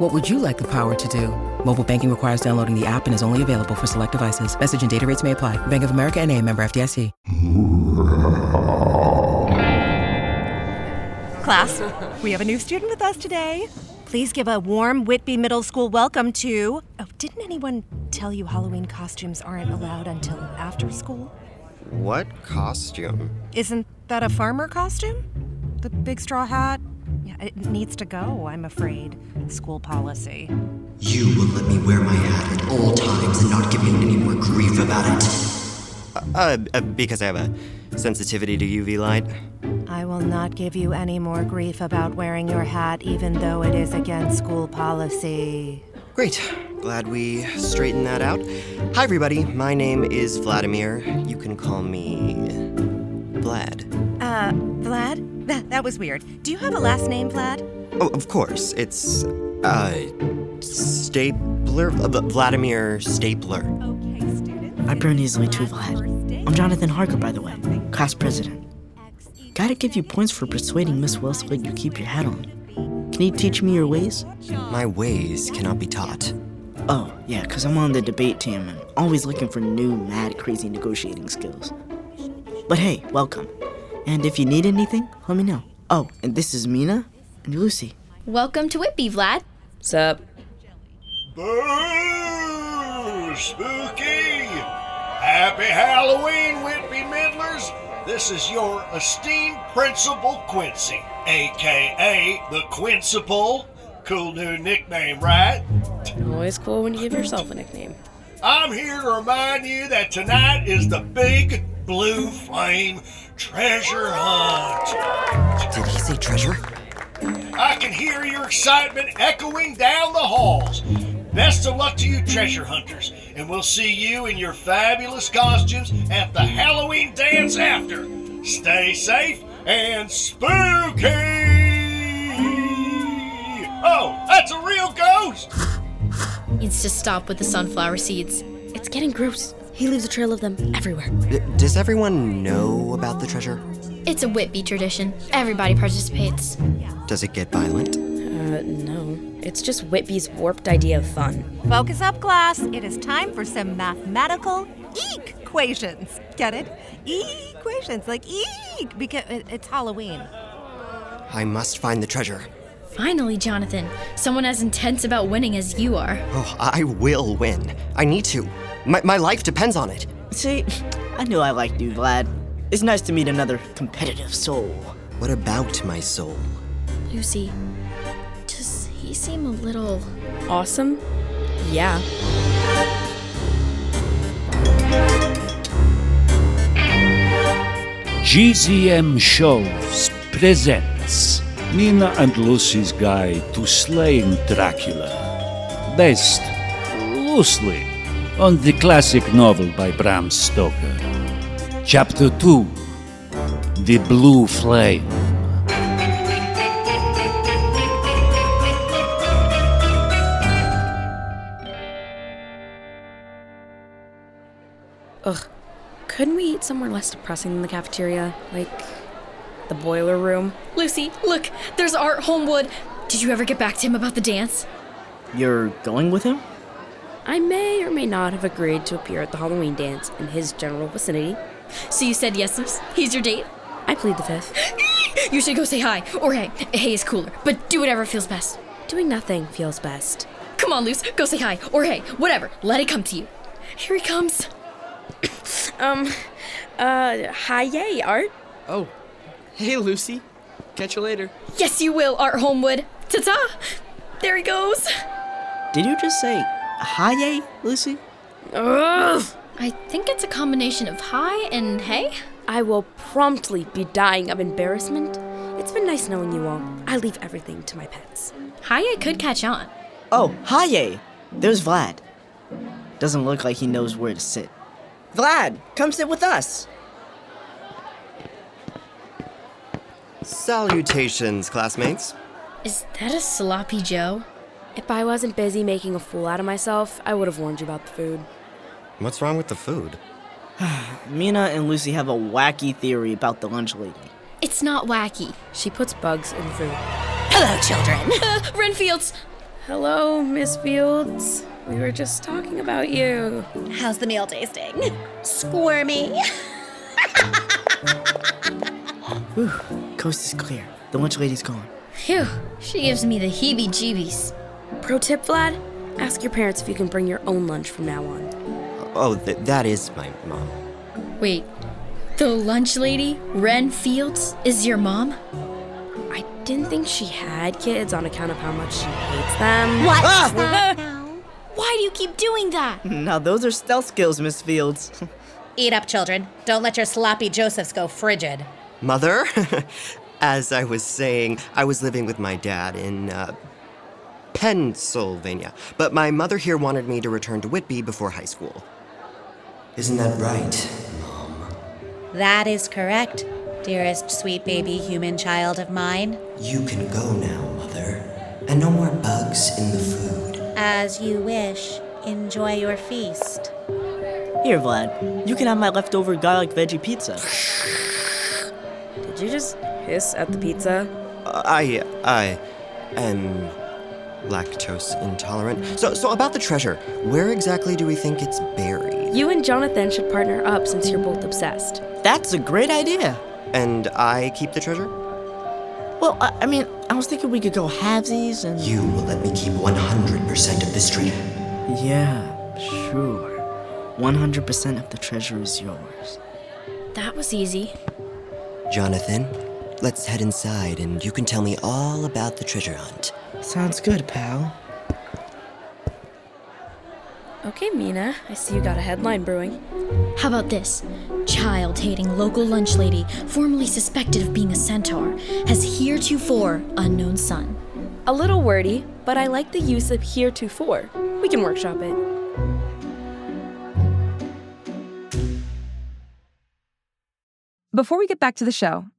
What would you like the power to do? Mobile banking requires downloading the app and is only available for select devices. Message and data rates may apply. Bank of America and a member FDIC. Class, we have a new student with us today. Please give a warm Whitby Middle School welcome to. Oh, didn't anyone tell you Halloween costumes aren't allowed until after school? What costume? Isn't that a farmer costume? The big straw hat? Yeah, it needs to go, I'm afraid. School policy. You will let me wear my hat at all times and not give me any more grief about it. Uh, uh, because I have a sensitivity to UV light. I will not give you any more grief about wearing your hat, even though it is against school policy. Great. Glad we straightened that out. Hi, everybody. My name is Vladimir. You can call me. Vlad. Uh, Vlad? That, that was weird. Do you have a last name, Vlad? Oh, of course. It's. Uh. Stapler? uh, V- Vladimir Stapler. Okay, students. I burn easily too, Vlad. I'm Jonathan Harker, by the way, class president. Gotta give you points for persuading Miss Wells to let you keep your hat on. Can you teach me your ways? My ways cannot be taught. Oh, yeah, because I'm on the debate team and always looking for new, mad, crazy negotiating skills. But hey, welcome. And if you need anything, let me know. Oh, and this is Mina and Lucy. Welcome to Whitby, Vlad. Sup? Boo! Spooky! Happy Halloween, Whitby Midlers! This is your esteemed Principal Quincy, aka the Quincipal. Cool new nickname, right? Always cool when you give yourself a nickname. I'm here to remind you that tonight is the Big Blue Flame Treasure Hunt. Did he say treasure? I can hear your excitement echoing down the halls. Best of luck to you, treasure hunters, and we'll see you in your fabulous costumes at the Halloween dance after. Stay safe and spooky! Oh, that's a real ghost! Needs to stop with the sunflower seeds. It's getting gross. He leaves a trail of them everywhere. D- does everyone know about the treasure? It's a Whitby tradition. Everybody participates. Does it get violent? Uh, no. It's just Whitby's warped idea of fun. Focus up, class. It is time for some mathematical equations. Get it? Equations, like eek, because it- it's Halloween. I must find the treasure. Finally, Jonathan, someone as intense about winning as you are. Oh, I will win. I need to. My, my life depends on it. See, I knew I liked you, Vlad. It's nice to meet another competitive soul. What about my soul? Lucy, does he seem a little. Awesome? Yeah. GZM Shows presents Nina and Lucy's Guide to Slaying Dracula, based loosely on the classic novel by Bram Stoker. Chapter 2 The Blue Flame. Couldn't we eat somewhere less depressing than the cafeteria? Like the boiler room? Lucy, look, there's Art Homewood. Did you ever get back to him about the dance? You're going with him? I may or may not have agreed to appear at the Halloween dance in his general vicinity. So you said yes, he's your date? I plead the fifth. You should go say hi, or hey. Hey is cooler, but do whatever feels best. Doing nothing feels best. Come on, Luce, go say hi, or hey, whatever. Let it come to you. Here he comes. Um, Uh, hi, yay, Art. Oh, hey, Lucy. Catch you later. Yes, you will, Art Homewood. Ta ta! There he goes. Did you just say hi, yay, Lucy? Ugh. I think it's a combination of hi and hey. I will promptly be dying of embarrassment. It's been nice knowing you all. I leave everything to my pets. Hi, I could catch on. Oh, hiya! There's Vlad. Doesn't look like he knows where to sit. Vlad, come sit with us. Salutations, classmates. Is that a sloppy Joe? If I wasn't busy making a fool out of myself, I would have warned you about the food. What's wrong with the food? Mina and Lucy have a wacky theory about the lunch lady. It's not wacky. She puts bugs in food. Hello, children. Uh, Renfields. Hello, Miss Fields. We were just talking about you. How's the meal tasting? Squirmy. Whew, coast is clear. The lunch lady's gone. Phew, she gives me the heebie jeebies. Pro tip, Vlad ask your parents if you can bring your own lunch from now on. Oh, th- that is my mom. Wait, the lunch lady, Ren Fields, is your mom? I didn't think she had kids on account of how much she hates them. What? Ah! Why do you keep doing that? Now, those are stealth skills, Miss Fields. Eat up, children. Don't let your sloppy Josephs go frigid. Mother? As I was saying, I was living with my dad in uh, Pennsylvania, but my mother here wanted me to return to Whitby before high school. Isn't that right? That is correct, dearest sweet baby human child of mine. You can go now, Mother. And no more bugs in the food. As you wish, enjoy your feast. Here, Vlad, you can have my leftover garlic veggie pizza. Did you just hiss at the pizza? I I am lactose intolerant. So so about the treasure, where exactly do we think it's buried? You and Jonathan should partner up since you're both obsessed. That's a great idea. And I keep the treasure? Well, I, I mean, I was thinking we could go halvesies and. You will let me keep 100% of this treasure. Yeah, sure. 100% of the treasure is yours. That was easy. Jonathan, let's head inside and you can tell me all about the treasure hunt. Sounds good, pal. Okay, Mina, I see you got a headline brewing. How about this? Child hating local lunch lady, formerly suspected of being a centaur, has heretofore unknown son. A little wordy, but I like the use of heretofore. We can workshop it. Before we get back to the show,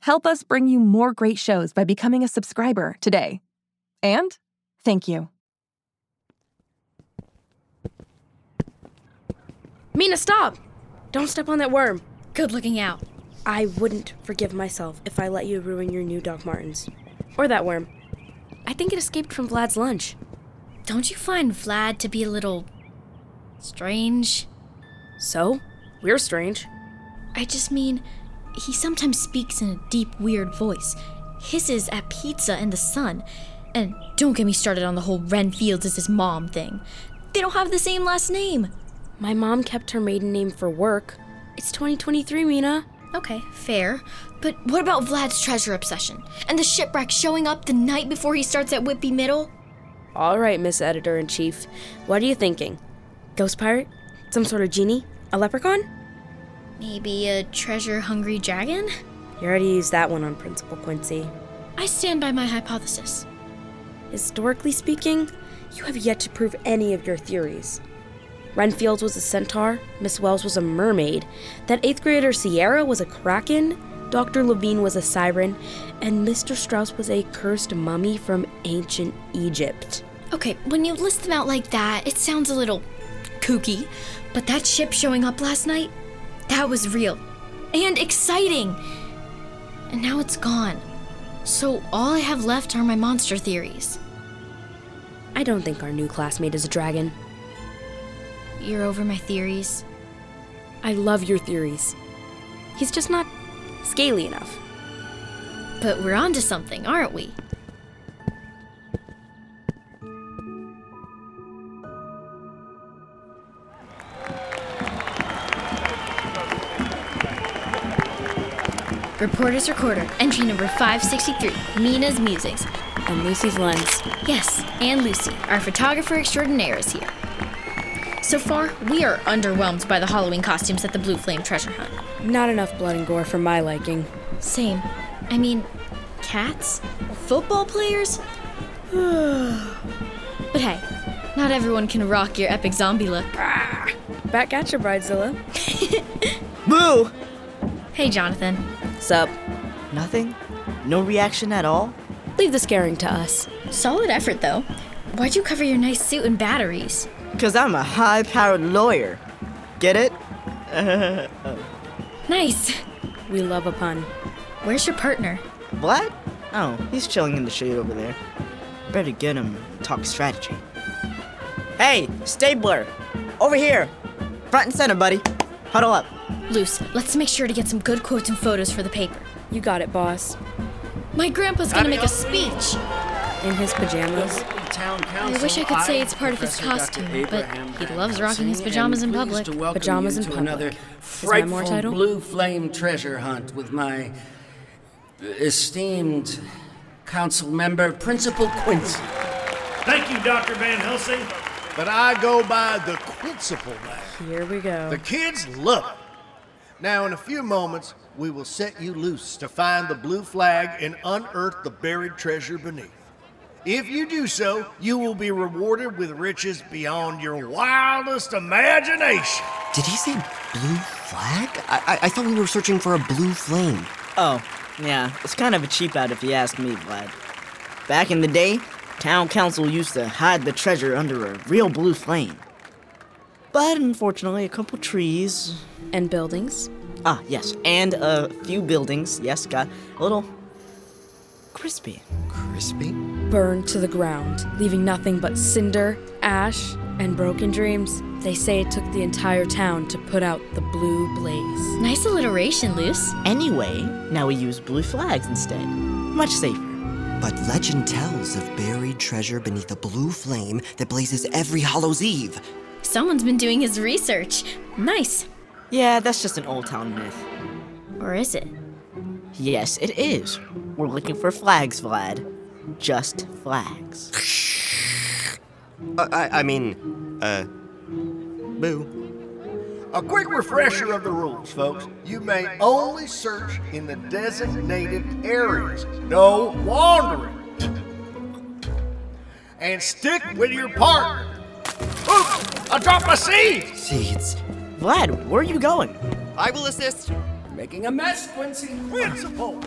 Help us bring you more great shows by becoming a subscriber today. And thank you. Mina, stop! Don't step on that worm. Good looking out. I wouldn't forgive myself if I let you ruin your new Doc Martens. Or that worm. I think it escaped from Vlad's lunch. Don't you find Vlad to be a little strange? So? We're strange. I just mean, he sometimes speaks in a deep, weird voice, hisses at pizza and the sun, and don't get me started on the whole Ren Fields is his mom thing. They don't have the same last name. My mom kept her maiden name for work. It's 2023, Mina. Okay, fair. But what about Vlad's treasure obsession? And the shipwreck showing up the night before he starts at Whitby Middle? All right, Miss Editor in Chief. What are you thinking? Ghost pirate? Some sort of genie? A leprechaun? Maybe a treasure hungry dragon? You already used that one on Principal Quincy. I stand by my hypothesis. Historically speaking, you have yet to prove any of your theories. Renfield was a centaur, Miss Wells was a mermaid, that eighth grader Sierra was a kraken, Dr. Levine was a siren, and Mr. Strauss was a cursed mummy from ancient Egypt. Okay, when you list them out like that, it sounds a little kooky, but that ship showing up last night, that was real. and exciting. And now it's gone. So all I have left are my monster theories. I don't think our new classmate is a dragon. You're over my theories. I love your theories. He's just not scaly enough. But we're onto something, aren't we? Reporter's Recorder, entry number 563, Mina's Musings. And Lucy's Lens. Yes, and Lucy, our photographer extraordinaire, is here. So far, we are underwhelmed by the Halloween costumes at the Blue Flame Treasure Hunt. Not enough blood and gore for my liking. Same. I mean, cats? Football players? but hey, not everyone can rock your epic zombie look. Back at you, Bridezilla. Boo! Hey, Jonathan. Sup? Nothing? No reaction at all? Leave the scaring to us. Solid effort, though. Why'd you cover your nice suit in batteries? Because I'm a high powered lawyer. Get it? Nice. We love a pun. Where's your partner? What? Oh, he's chilling in the shade over there. Better get him and talk strategy. Hey, Stabler! Over here! Front and center, buddy. Huddle up. Luce, let's make sure to get some good quotes and photos for the paper. You got it, boss. My grandpa's gonna make a speech. In his pajamas. I wish I could say it's part of his costume, but he loves rocking his pajamas in public. Pajamas in to public. another Is that more frightful title? blue flame treasure hunt with my esteemed council member, Principal Quincy. Thank you, Dr. Van Helsing. But I go by the principal now. Here we go. The kids love it. Now, in a few moments, we will set you loose to find the blue flag and unearth the buried treasure beneath. If you do so, you will be rewarded with riches beyond your wildest imagination. Did he say blue flag? I, I, I thought we were searching for a blue flame. Oh, yeah, it's kind of a cheap out if you ask me, Vlad. Back in the day, town council used to hide the treasure under a real blue flame. But unfortunately, a couple trees. And buildings. Ah, yes, and a few buildings, yes, got a little crispy. Crispy? Burned to the ground, leaving nothing but cinder, ash, and broken dreams. They say it took the entire town to put out the blue blaze. Nice alliteration, Luce. Anyway, now we use blue flags instead. Much safer. But legend tells of buried treasure beneath a blue flame that blazes every Hallow's Eve. Someone's been doing his research. Nice. Yeah, that's just an old town myth. Or is it? Yes, it is. We're looking for flags, Vlad. Just flags. Uh, I, I mean, uh, boo. A quick refresher of the rules, folks. You may only search in the designated areas. No wandering. And stick with your partner. Oops! I dropped my seed! Seeds. Vlad, where are you going? I will assist. Making a mess, Quincy. Principal!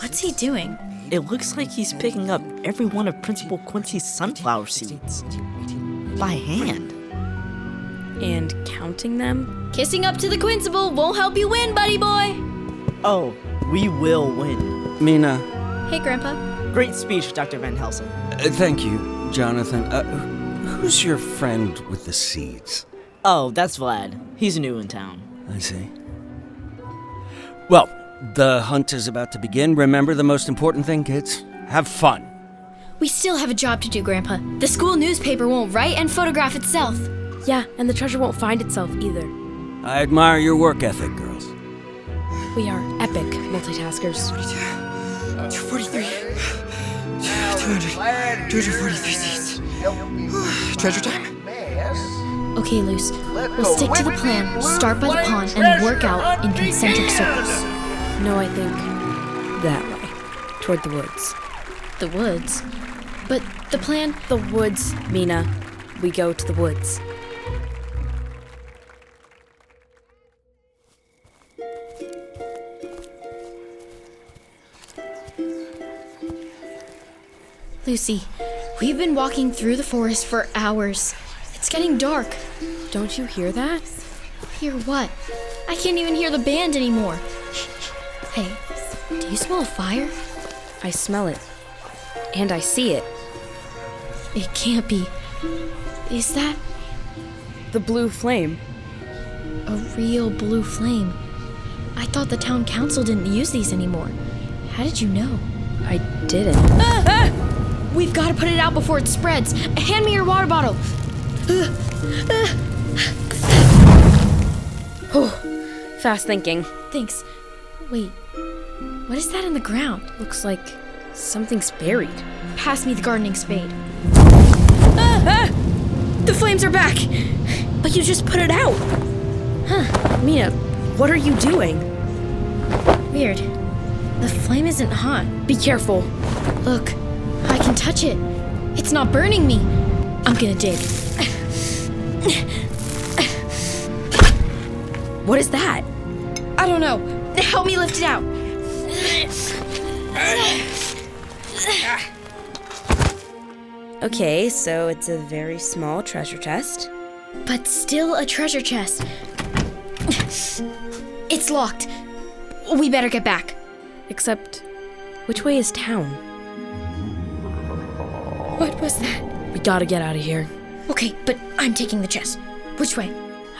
What's he doing? It looks like he's picking up every one of Principal Quincy's sunflower seeds. By hand. And counting them? Kissing up to the Quinciple won't help you win, buddy boy. Oh, we will win. Mina. Hey, Grandpa. Great speech, Dr. Van Helsing. Uh, thank you, Jonathan. Uh, wh- who's your friend with the seeds? Oh, that's Vlad. He's new in town. I see. Well, the hunt is about to begin. Remember the most important thing, kids? Have fun. We still have a job to do, Grandpa. The school newspaper won't write and photograph itself. Yeah, and the treasure won't find itself either. I admire your work ethic, girls. We are epic multitaskers. 243. Glad 243 seeds. Treasure time? Okay, Luce. Let We'll go. stick to the Women plan. in Start by the blue pond and flame work out in treasure concentric hunt circles. No, I think that way, toward the woods. The woods. But the plan. The woods, Mina. We go to the woods. Lucy, we've been walking through the forest for hours. It's getting dark. Don't you hear that? Hear what? I can't even hear the band anymore. Hey, do you smell a fire? I smell it. And I see it. It can't be. Is that the blue flame? A real blue flame. I thought the town council didn't use these anymore. How did you know? I didn't. Ah, ah! We've got to put it out before it spreads. Hand me your water bottle. Ah, ah. Oh, fast thinking. Thanks. Wait, what is that in the ground? Looks like something's buried. Pass me the gardening spade. Ah, ah! The flames are back! But you just put it out! Huh. Mina, what are you doing? Weird. The flame isn't hot. Be careful. Look, I can touch it. It's not burning me. I'm gonna dig. What is that? I don't know. Help me lift it out. Okay, so it's a very small treasure chest. But still a treasure chest. It's locked. We better get back. Except, which way is town? What was that? We gotta get out of here. Okay, but I'm taking the chest. Which way?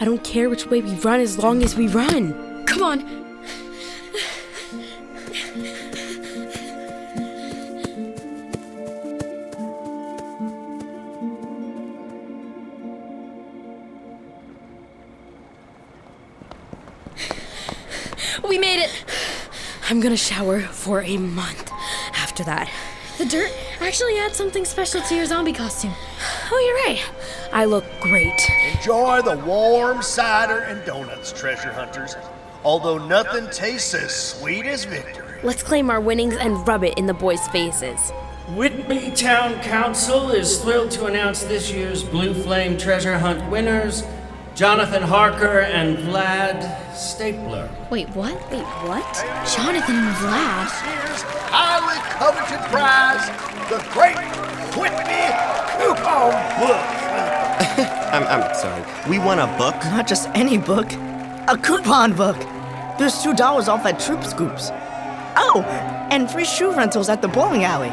I don't care which way we run as long as we run. Come on. We made it. I'm gonna shower for a month after that. The dirt actually adds something special to your zombie costume. Oh, you're right. I look great. Enjoy the warm cider and donuts, treasure hunters. Although nothing tastes as sweet as victory. Let's claim our winnings and rub it in the boys' faces. Whitby Town Council is thrilled to announce this year's Blue Flame Treasure Hunt winners Jonathan Harker and Vlad Stapler. Wait, what? Wait, what? Jonathan and Vlad? Here's highly coveted prize, the Great Whitby Coupon Book. I'm, I'm sorry. We won a book? Not just any book, a coupon book. There's $2 off at Troop Scoops. Oh, and free shoe rentals at the bowling alley.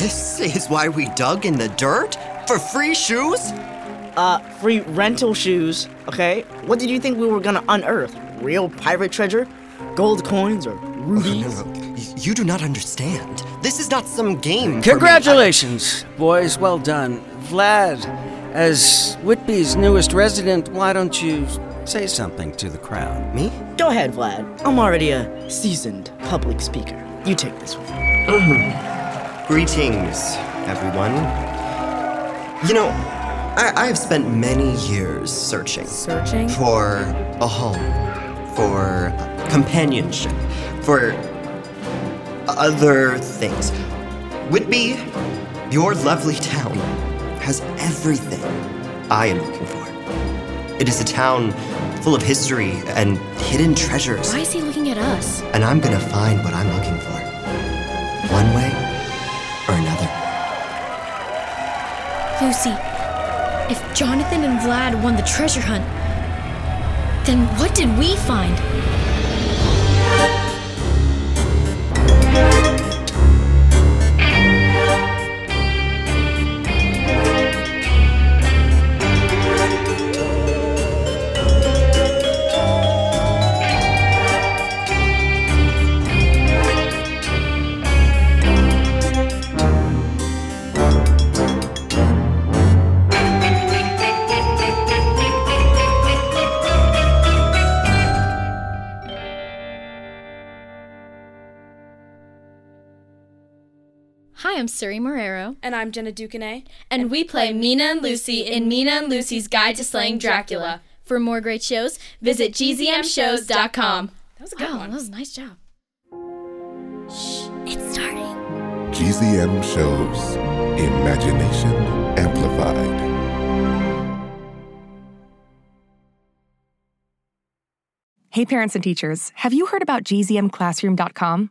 This is why we dug in the dirt? For free shoes? Uh, free rental shoes, okay? What did you think we were gonna unearth? Real pirate treasure? Gold coins or rubies? Oh, no, no. Y- You do not understand. This is not some game. for me. Congratulations, boys. Well done. Vlad, as Whitby's newest resident, why don't you say something to the crowd? Me? Go ahead, Vlad. I'm already a seasoned public speaker. You take this one. Greetings, everyone. You know, I, I have spent many years searching. Searching? For a home, for companionship, for other things. Whitby, your lovely town, has everything I am looking for. It is a town full of history and hidden treasures, Why is he looking at us? and I'm gonna find what I'm looking for. One way or another. Lucy, if Jonathan and Vlad won the treasure hunt, then what did we find? Hi, I'm Suri Marrero. And I'm Jenna Ducanay. And we play Mina and Lucy in Mina and Lucy's Guide to Slaying Dracula. For more great shows, visit gzmshows.com. That was a good Wow, one. that was a nice job. Shh, it's starting. GZM shows Imagination Amplified. Hey, parents and teachers, have you heard about gzmclassroom.com?